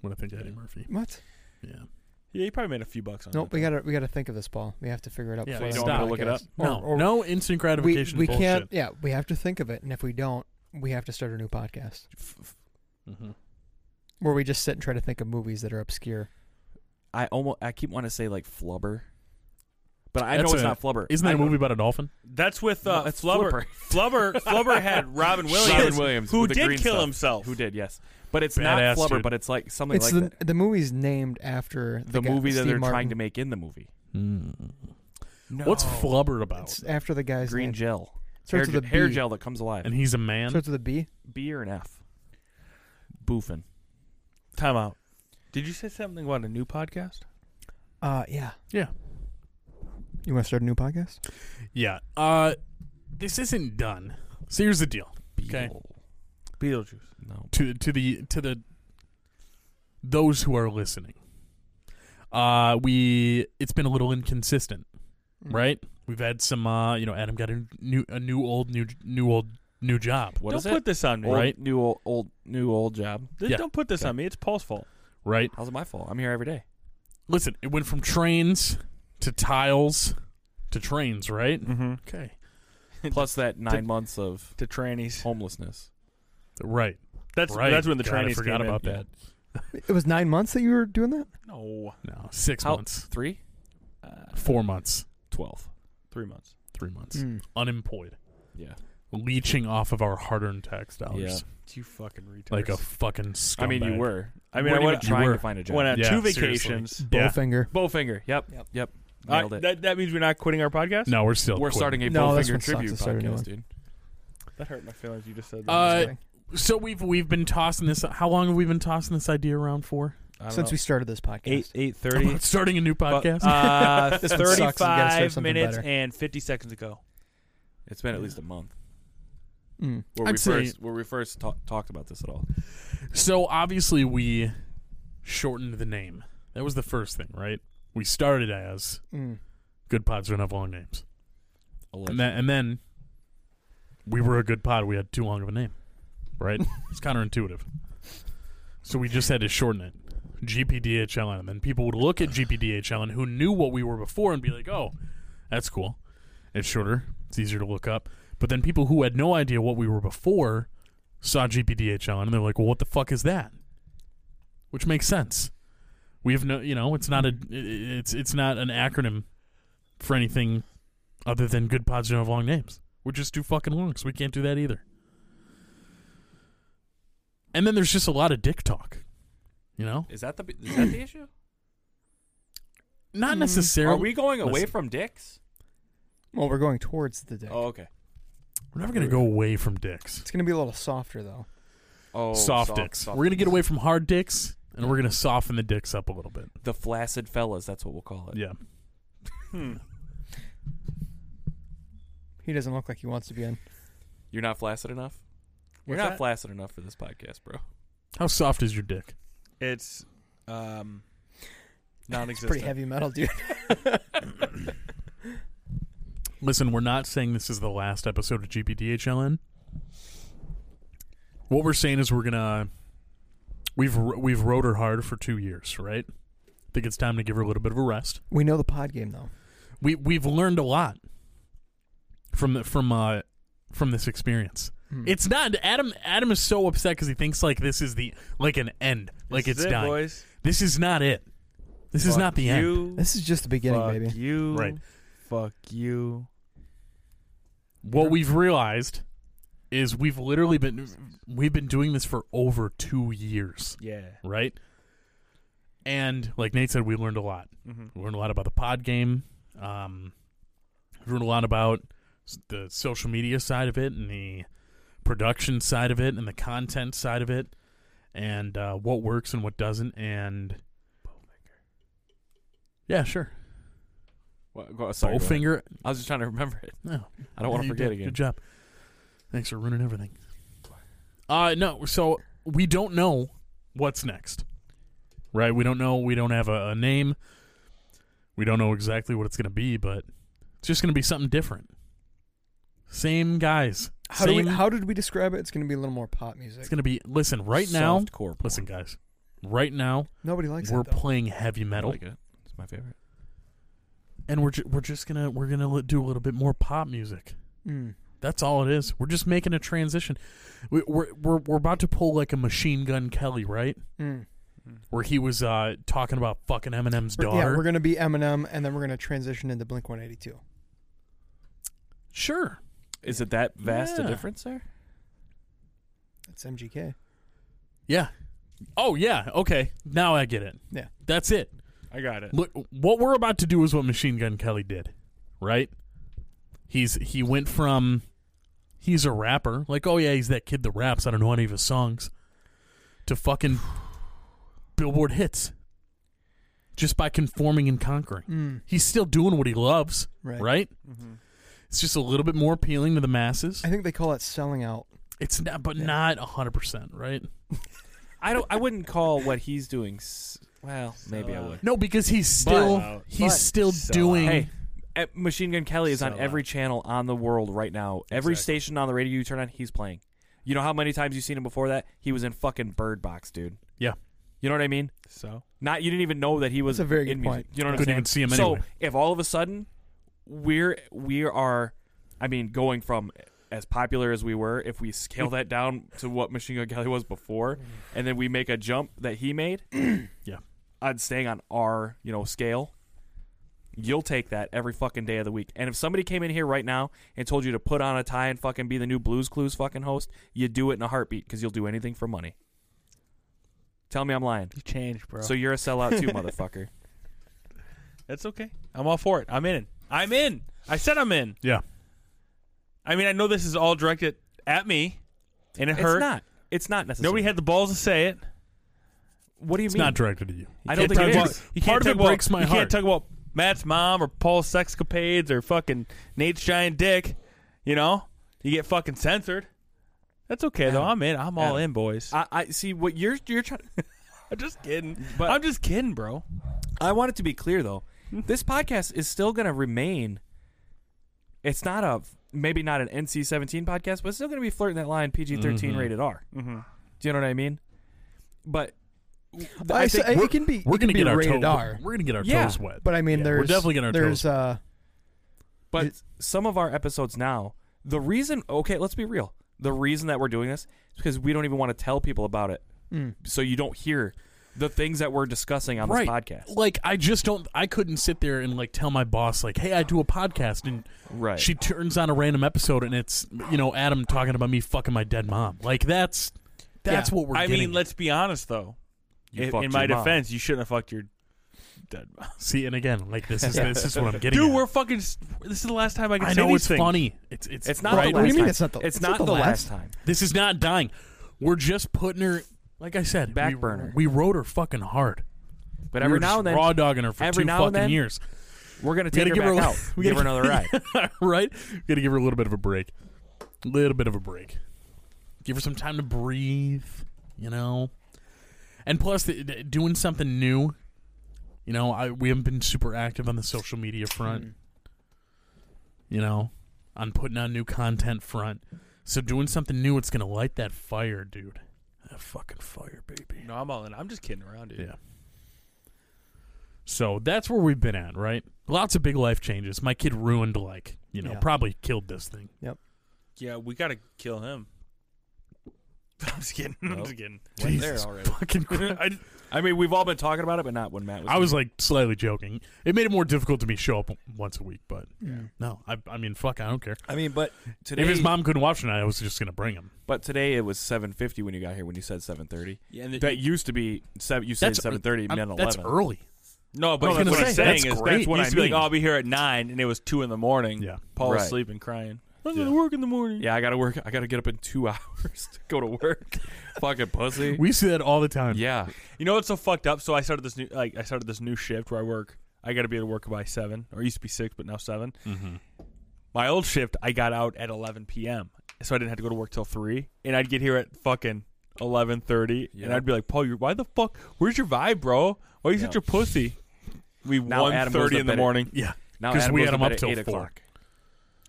when I think of Eddie Murphy. What? Yeah. Yeah, he probably made a few Oh, bucks on Nope. it. We gotta we gotta think of this, Paul. We have to figure it out. Yeah, before you the don't wanna podcast. look it up? No, Or- or- no instant we, gratification. we bullshit. can't. Yeah, we have to think of it, and if we don't, we have to start a new podcast where we just sit and try to think of movies that are obscure. I almost I keep wanting to say like Flubber. But I That's know it's a- not Flubber. Isn't I that a know- movie about a dolphin? That's with uh, No, that's Flubber. Flubber. Flubber [LAUGHS] had Robin Williams, Robin Williams who with the did green kill stuff. himself. Who did, yes. But it's not Badass, Flubber, dude. but it's like something It's like the, that. the movie's named after the, guy- movie that Steve they're Martin. trying to make in the movie. What's flubbered about? Hmm. It's after the guy's Green name. gel. Hair, Starts with ge- a hair B. gel that comes alive. and he's a man. Starts with a B. B or an F? Boofin. Time out. Did you say something about a new podcast? Uh, yeah. Yeah. You want to start a new podcast? Yeah. Uh, this isn't done. So here's the deal. Okay. Beetlejuice. No. To to the to the those who are listening. Uh, we it's been a little inconsistent, Mm. Mm. right? We've had some. Uh, you know, Adam got a new a new old new new old new job, What don't is put it? this on [LAUGHS] me. Old- Right. New old, old new old job. Th- Yeah. Don't put this on me. It's Paul's fault. right? How's it my fault? I'm here every day. Listen, it went from trains to tiles to trains, right? Mm-hmm. Okay. Plus that nine months of To trannies. homelessness. Right. That's right. that's when the God, I trannies forgot came about in. that. It was nine months that you were doing that. No, No, six How- months, Three? four months, Twelve. Uh, three months. Mm. Mm. three months, unemployed. Yeah. leeching off of our hard-earned tax Yeah. dollars You fucking retard. like a fucking scumbag. I mean, you were. I mean, I Weren't went- even trying you to were. find a job. went on Yeah, two seriously. vacations. Yeah. Bowfinger. Bowfinger. Yep. Yep. Yep. All Nailed right, it. that, that means we're not quitting our podcast. No, we're still We're quitting. starting a No, this Bowfinger one sucks. tribute Let's start a new podcast, one. dude. That hurt my feelings. You just said that. Uh, Just So we've we've been tossing this. How long have we been tossing this idea around for? I don't Since know. we started this podcast, eight eight thirty. About starting a new podcast. uh, This one sucks. You gotta start thirty-five something minutes better. and fifty seconds ago. It's been at least a month. Mm. Where I'd we say- first where we first ta- talked about this at all. so obviously we shortened the name. That was the first thing, right? We started as Mm. Good Pods Don't Have Long Names, and Allegedly. then and then we were a good pod. We had too long of a name, right? it's counterintuitive. So we just had to shorten it, GPDHLN, and then people would look at GPDHLN who knew what we were before and be like, "Oh, that's cool. It's shorter. It's easier to look up." But then people who had no idea what we were before saw GPDHLN and they're like, "Well, what the fuck is that?" Which makes sense. We have no, you know, it's not a, i- i- it's it's not an acronym for anything other than good pods don't have long names. We're just too fucking long, so we can't do that either. And then there's just a lot of dick talk, you know. Is that the is that the issue? Not Mm. necessarily. Mm-hmm. Are we going away Listen. from dicks? Well, we're going towards the dick. Oh, okay. We're never gonna go away from dicks. It's gonna be a little softer though. Oh, soft, dicks. soft we're gonna get dicks. away from hard dicks, and we're gonna soften the dicks up a little bit. the flaccid fellas. That's what we'll call it. Yeah. He doesn't look like he wants to be in. You're not flaccid enough. You're What's not that? flaccid enough for this podcast, bro. How soft is your dick? It's um, It's non-existent. pretty heavy metal, dude. [LAUGHS] Listen, we're not saying this is the last episode of GPDHLN. What we're saying is we're gonna we've r- we've rode her hard for two years, right? I think it's time to give her a little bit of a rest. We know the pod game though. We we've learned a lot from the, from uh from this experience. Mm. It's not Adam. Adam is so upset because he thinks like this is the like an end, like This it's is it, done. boys. This is not it. This is Fuck not the end. you, This is just the beginning, fuck baby. You. Right. Fuck you. What we've realized is we've literally been we've been doing this for over two years, Yeah. right? And like Nate said, we learned a lot. Mm-hmm. We learned a lot about the pod game. Um, we learned a lot about s- the social media side of it and the production side of it and the content side of it and uh, what works and what doesn't. And yeah, sure. What, go, sorry, go ahead. Bowfinger. I was just trying to remember it. No, I don't want to You forget did. again. Good job. Thanks for ruining everything. Uh no, so we don't know what's next. Right? We don't know. We don't have a, a name. We don't know exactly what it's going to be, but it's just going to be something different. Same guys. How, do same. we, how did we describe it? It's gonna be a little more pop music. it's going to be listen, right now. Soft core porn. Listen guys. Right now, Nobody likes we're it though. playing heavy I metal like it. It's my favorite. and we're ju- we're just going to we're going to li- do a little bit more pop music. Mm. That's all it is. We're just making a transition. We, we're we're we're about to pull like a machine gun Kelly, right? Mm. Where he was uh, talking about fucking Eminem's We're- daughter. Yeah, we're gonna be Eminem, and then we're gonna transition into Blink 182. sure. Is it that vast Yeah. a difference there? That's MGK. Yeah. Oh yeah. Okay. Now I get it. Yeah. That's it. I got it. Look, what we're about to do is what Machine Gun Kelly did, right? He's he went from he's a rapper, like oh yeah, he's that kid that raps. I don't know any of his songs, to fucking [SIGHS] Billboard hits, just by conforming and conquering. Mm. He's still doing what he loves, Right. right? Mm-hmm. Mhm. It's just a little bit more appealing to the masses. I think they call it selling out. It's not, but not not hundred percent, right? I don't. I wouldn't call what he's doing. [LAUGHS] S- well, maybe I would. No, because he's still But- he's but- still so, doing. Hey, eh, Machine Gun Kelly is on Sellout. every channel on the world right now. Every Exactly. station on the radio you turn on, he's playing. You know how many times you've seen him before that? He was in fucking Bird Box, dude. Yeah. You know what I mean? So Not you didn't even know that he was That's a very in good music. point. You know what Couldn't I'm even see saying? him so anyway. if all of a sudden we're we are, I mean, going from as popular as we were, if we scale that down to what Machine Gun Kelly was before, and then we make a jump that he made, Yeah. on staying on our you know scale, You'll take that every fucking day of the week. And if somebody came in here right now and told you to put on a tie and fucking be the new Blues Clues fucking host, you do it in a heartbeat because you'll do anything for money. Tell me I'm lying. You changed, bro. So So you're a sellout too, motherfucker. that's okay. I'm all for it. I'm in. I'm in. I said I'm in. Yeah. I mean, I know this is all directed at me, and it It's hurt. not. It's not necessary. Nobody had the balls to say it. What do you It's mean? not directed at you. I don't Can't think talk it about- is. you Part can't of talk it about- breaks my You can't heart. talk about Matt's mom or Paul's sexcapades or fucking Nate's giant dick. You know, you get fucking censored. That's okay though. I'm in. I'm all Adam. in, boys. I, I see what you're you're trying. I'm just kidding. But- I'm just kidding, bro. [LAUGHS] I want it to be clear [LAUGHS] though. this podcast is still going to remain. It's not a maybe not an NC-17 podcast, but it's still going to be flirting that line PG-13 rated R. Mm-hmm. Do you know what I mean? But w- I, I think say- we're- it can be. We're it can gonna be get our rated toe- R. We're gonna get our Yeah. toes wet. But I mean, Yeah, there's we're definitely gonna there's toes. uh, But some of our episodes now, the reason, okay, let's be real. The reason that we're doing this is because we don't even want to tell people about it. Mm. So you don't hear the things that we're discussing on right. this um, podcast. Like I just don't. I couldn't sit there and like tell my boss like, "Hey, I do a podcast," and Right. she turns on a random episode and it's you know Adam talking about me fucking my dead mom. Like that's that's Yeah. what we're. I getting mean, let's be honest though. You in fucked in my your mom. defense, you shouldn't have fucked your dead mom. [LAUGHS] see. And again, like this is this is [LAUGHS] what I'm getting. Dude, at. we're fucking. s- This is the last time I can I say know these it's things. funny. It's it's It's not right? the last What do you mean time. it's not the- it's not the, last time. This is not dying. We're just putting her. Like I said, Back we, burner. We rode her fucking hard. But we every were now just and then, raw dogging her for every two now and fucking then, years. [LAUGHS] we're going to We take her gotta back give her a- out. we [LAUGHS] give her gotta- another ride. right? We gotta give her a little bit of a break. Little bit of a break. Give her some time to breathe, you know. And plus, th- th- doing something new. You know, I we haven't been super active on the social media front. You know, on putting on new content front. So doing something new, it's gonna light that fire, dude. That fucking fire, baby. No, I'm all in. I'm just kidding around, dude. Yeah. So that's where we've been at, right? Lots of big life changes. My kid ruined, like, you know, Yeah. probably killed this thing. [LAUGHS] Yeah, we gotta kill him. [LAUGHS] I'm just kidding. I'm Nope. just kidding. Jesus already. fucking Christ. I, I mean, we've all been talking about it, but not when Matt was. I here. was like slightly joking. It made it more difficult to me show up once a week, but no, I, I mean, fuck, I don't care. I mean, but today, if his mom couldn't watch tonight, I was just gonna bring him. but today it was 7:50 when you got here. When you said 7:30, yeah, uh, and the- that used to be seven. You said 7:30, I'm- and then 11. That's early. no, but I was that's gonna what I'm say, saying that's is that's great. what It I used to mean. be Like, "Oh, like- I'll be here at nine, and it was two in the morning. Yeah. Paul was Right. sleeping, crying. I'm Yeah. gonna work in the morning. Yeah, I gotta work. I gotta get up in two [LAUGHS] hours to go to [LAUGHS] work. Fucking pussy. We see that all the time. yeah, You know what's so fucked up? So I started this new like I started this new shift where I work. I got to be at work by seven, or it used to be six, but now seven. Mhm. My old shift, I got out at eleven p.m., so I didn't have to go to work till three, and I'd get here at fucking eleven thirty, and Yeah. I'd be like, "Paul, you why the fuck? Where's your vibe, bro? Why are you Yeah. such a pussy?" We Now one Adam goes thirty to in the bed at- morning. yeah. Now Because Adam we goes had to him bed up at till 8 four. o'clock.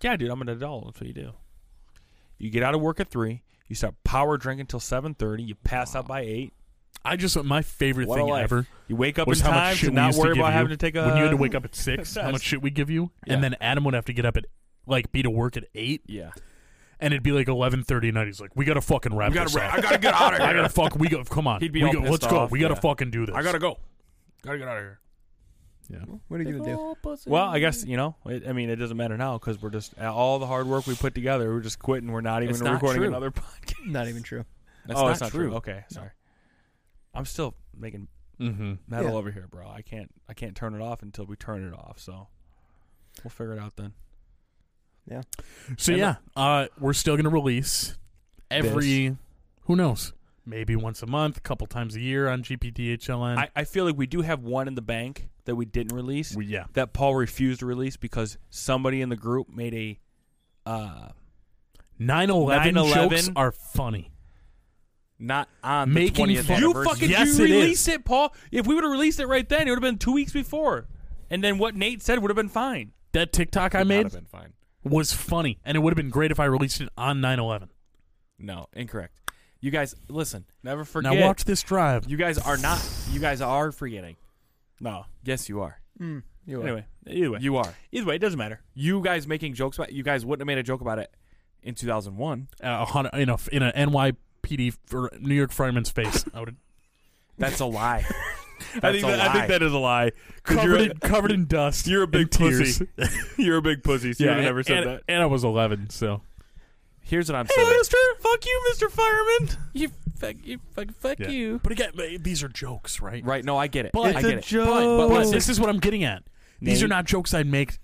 Yeah, dude, I'm an adult. That's what you do. You get out of work at three. You start power drinking till seven thirty. You pass out by eight. I just my favorite What a thing life. ever You wake up was in how time much shit to we not used worry to give about you. having to take a when you had to wake up at six. test. how much shit we give you, Yeah. and then Adam would have to get up at like be to work at eight, Yeah, and it'd be like eleven thirty night. He's like, "We gotta fucking wrap gotta this ra- up. I gotta get out of [LAUGHS] I gotta fuck. We go. Come on. He'd be we all go, pissed let's go. off, We gotta yeah. fucking do this. I gotta go. Gotta get out of here. Yeah. hmm. what are you gonna do? Well, I guess you know. It, I mean, it doesn't matter now because we're just all the hard work we put together. We're just quitting. We're not even It's not recording true. another podcast. Not even true. That's oh, not, it's not true. Okay, sorry. I'm still making Mm-hmm. metal Yeah. over here, bro. I can't. I can't turn it off until we turn it off. So we'll figure it out then. So And yeah, uh, we're still gonna release every. Who knows? Maybe once a month, a couple times a year on GPDHLN. I, I feel like we do have one in the bank that we didn't release. We- yeah. that Paul refused to release because somebody in the group made a. Uh, 9/11, 9/11. jokes are funny. Not on the Making 20th fun- you anniversary. fucking Yes, you it is. release it, Paul. If we would have released it right then, it would have been two weeks before, and then what Nate said would have been fine. That TikTok I Would not made have been fine. was funny, and it would have been great if I released it on 9/11. No, incorrect. You guys, listen. Never Now forget. watch this drive. You guys are not. You guys are forgetting. No. Yes, you are. You are. Anyway, either way, You are. either way, it doesn't matter. You guys making jokes about. You guys wouldn't have made a joke about it in 2001. Uh, a hundred- in a in a NYPD for New York fireman's face. I would. That's a lie. [LAUGHS] I think a that, I lie. think that is a lie. 'Cause covered, you're, in, covered in dust. you're a big and tears. pussy. [LAUGHS] you're a big pussy. So yeah, you never said and, that. And I was 11, so Here's what I'm Hey, saying. Mister, fuck you, Mister Fireman. You fuck you fuck fuck Yeah. you. But again, th- these are jokes, right? Right? No, I get it. But- I It's get a it. But, But, but listen, this is what I'm getting at. These Nate- are not jokes I'd make,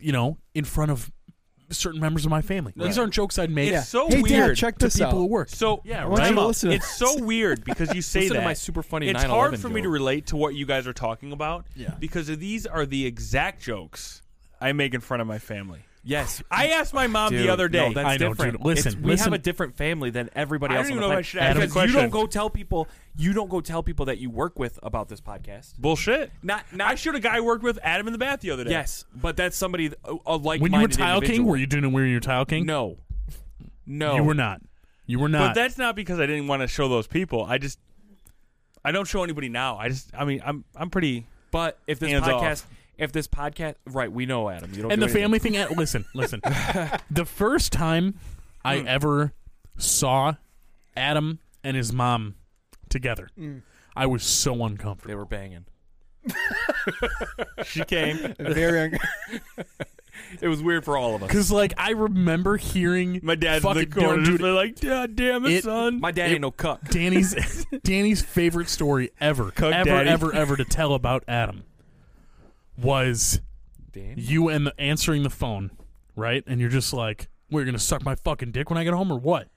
you know, in front of certain members of my family. These aren't jokes I'd make It's so hey, Dad, weird. check to this people out. at work. So Yeah, Time out. right. Why don't you listen to it's so weird because you [LAUGHS] say Listen that. to my super funny It's 9/11 hard for me to joke. relate to what you guys are talking about. Yeah. Because these are the exact jokes I make in front of my family. yes. I asked my mom Dude, the other day. no, that's I know, different. dude. Listen, It's- we listen. have a different family than everybody I else. don't on even the know if I planet. should ask that because you question. don't go tell people. You don't go tell people that you work with about this podcast. Bullshit. Not, not I showed a guy I worked with Adam in the bath the other day. Yes, but that's somebody th- a- a like. when you were Tile King, were you doing it when you were Tile [LAUGHS] King? No, no. You were not. You were But not. that's not because I didn't want to show those people. I just I don't show anybody now. I just I mean I'm I'm pretty But if this Hands off. podcast, if this podcast, right? We know Adam. You don't. and do the anything. family thing. At, listen, [LAUGHS] listen. the first time I Hmm. ever saw Adam and his mom together, Hmm. I was so uncomfortable. They were banging. [LAUGHS] she came. Very [LAUGHS] un- It was weird for [LAUGHS] all of us. Because like I remember hearing My dad's in fucking the corner. dude, They're like, God damn it, It- son. My dad ain't no cuck. Danny's [LAUGHS] Danny's favorite story ever, Cook ever, Daddy. ever, ever to tell about Adam was you and the answering the phone, right? And you're just like, "We're gonna suck my fucking dick when I get home, or what?"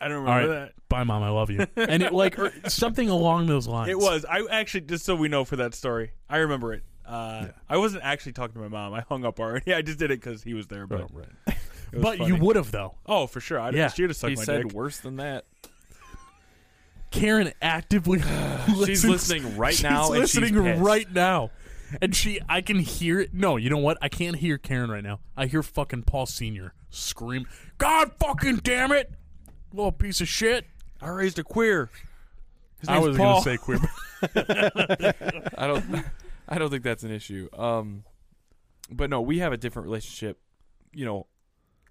I don't All right, remember that. bye, mom. I love you. And it like or something along those lines. It was. I actually just so we know for that story, I remember it. Uh, I wasn't actually talking to my mom. I hung up already. [LAUGHS] I just did it because he was there. But, it was but funny. you would have though. Oh, for sure. I'd Yeah. she would have sucked He my said dick. worse than that. Karen actively. She's listens- listening right now. She's and she's listening pissed. right now, and she. I can hear it. No, you know what? I can't hear Karen right now. I hear fucking Paul Senior scream, "God fucking damn it, little piece of shit!" I raised a queer. His I name's was Paul. gonna [LAUGHS] say queer. I don't. [LAUGHS] I don't think that's an issue. Um, but no, we have a different relationship, you know,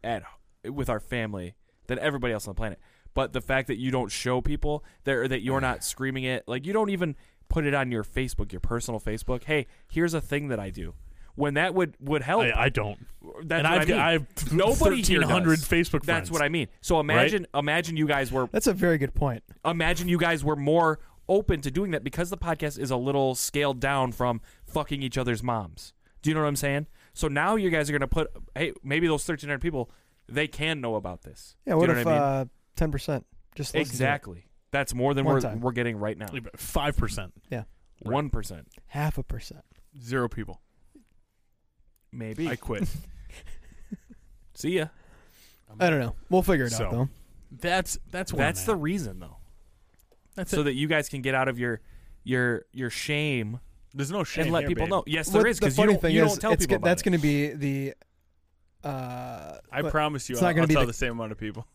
at with our family than everybody else on the planet. But the fact that you don't show people there, that you're [SIGHS] not screaming it, like you don't even put it on your Facebook, your personal Facebook. Hey, here's a thing that I do. When that would would help. I, I don't. that's what and I've I mean. I have Nobody here thirteen hundred does. Facebook friends. That's what I mean. So imagine, imagine you guys were That's a very good point. imagine you guys were more open to doing that because the podcast is a little scaled down from fucking each other's moms. Do you know what I'm saying? So now you guys are going to put, hey, maybe those 1,300 people, they can know about this. Yeah, Do what you know if what I mean? uh, 10% just listen to it? exactly. That's more than One we're, time. we're getting right now. Five percent. 1%. Half a percent. Zero people. Maybe. I [LAUGHS] quit. See ya. I don't know. We'll figure it So, out, though. That's that's where That's I'm the at. reason, though. That's so it. that you guys can get out of your your your shame There's no shame and let here, people babe. know. Yes, What there is the because you funny don't, thing you is, don't tell it's people go- about that's it. going to be the. Uh, I what- promise you, it's not I'll, gonna I'll be tell the- the same amount of people.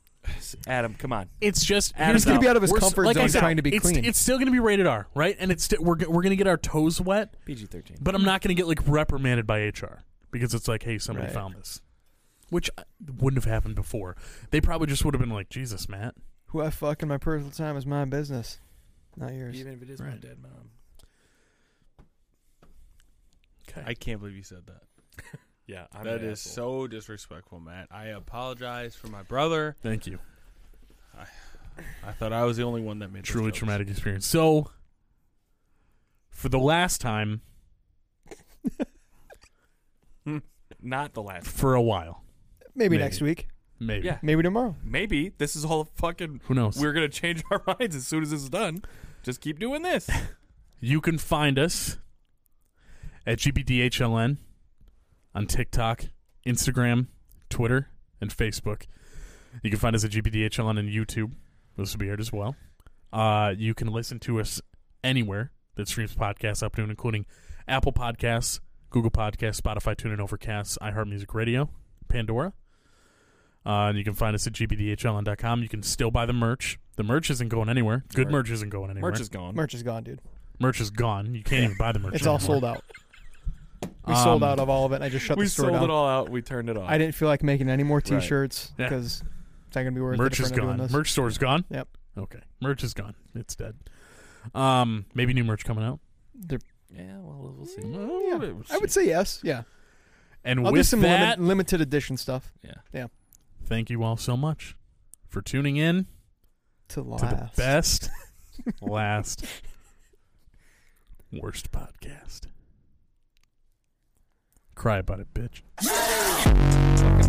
Adam, come on. It's just Adam's He's here's going out. to be out of his We're s- comfort like I zone said, trying to be it's, clean. It's still going to be rated R, right? And it's sti- we're g- we're going to get our toes wet, PG-13. but I'm not going to get like reprimanded by HR because it's like, hey, somebody Right. found this, which uh, wouldn't have happened before. They probably just would have been like, Jesus, Matt. Who I fuck in my personal time is my business, not yours. if it is my dead mom. Okay. I can't believe you said that. Yeah, I'm that is so disrespectful, Matt. I apologize for my brother. Thank you. I thought I was the only one that made those Truly jokes. traumatic experience. So, for the last time, not the last. for a while, Maybe, Maybe. next week. maybe. Yeah. Maybe tomorrow. Maybe this is all fucking. Who knows? We're gonna change our [LAUGHS] minds as soon as this is done. Just keep doing this. You can find us at GBDHLN on TikTok, Instagram, Twitter, and Facebook. You can find us at GBDHLN on YouTube. This will be aired as well. Uh, you can listen to us anywhere that streams podcasts up to and including Apple Podcasts, Google Podcasts, Spotify, TuneIn, Overcast, iHeartMusic Radio, Pandora. Uh, and you can find us at gbdhln.com. You can still buy the merch. The merch isn't going anywhere. Good merch, isn't going anywhere. Merch is gone. Merch is gone, dude. Merch is gone. You can't even buy the merch. It's all anymore. sold out. We Um, sold out of all of it, and I just shut we the store sold down. it all out. We turned it off. I didn't feel like making any more T-shirts Yeah. because it's not gonna be worth Merch it. is if we're not doing gone. this. Merch store's gone. Yep. Okay. Merch is gone. It's dead. Um, maybe new merch coming out. They're, Yeah, well, we'll see. yeah. Oh, I would say yes. Yeah. And I'll do with some limit- that, limited edition stuff Yeah. thank you all so much for tuning in to last. to the [LAUGHS] best, last, worst podcast. Cry about it, bitch. Fucking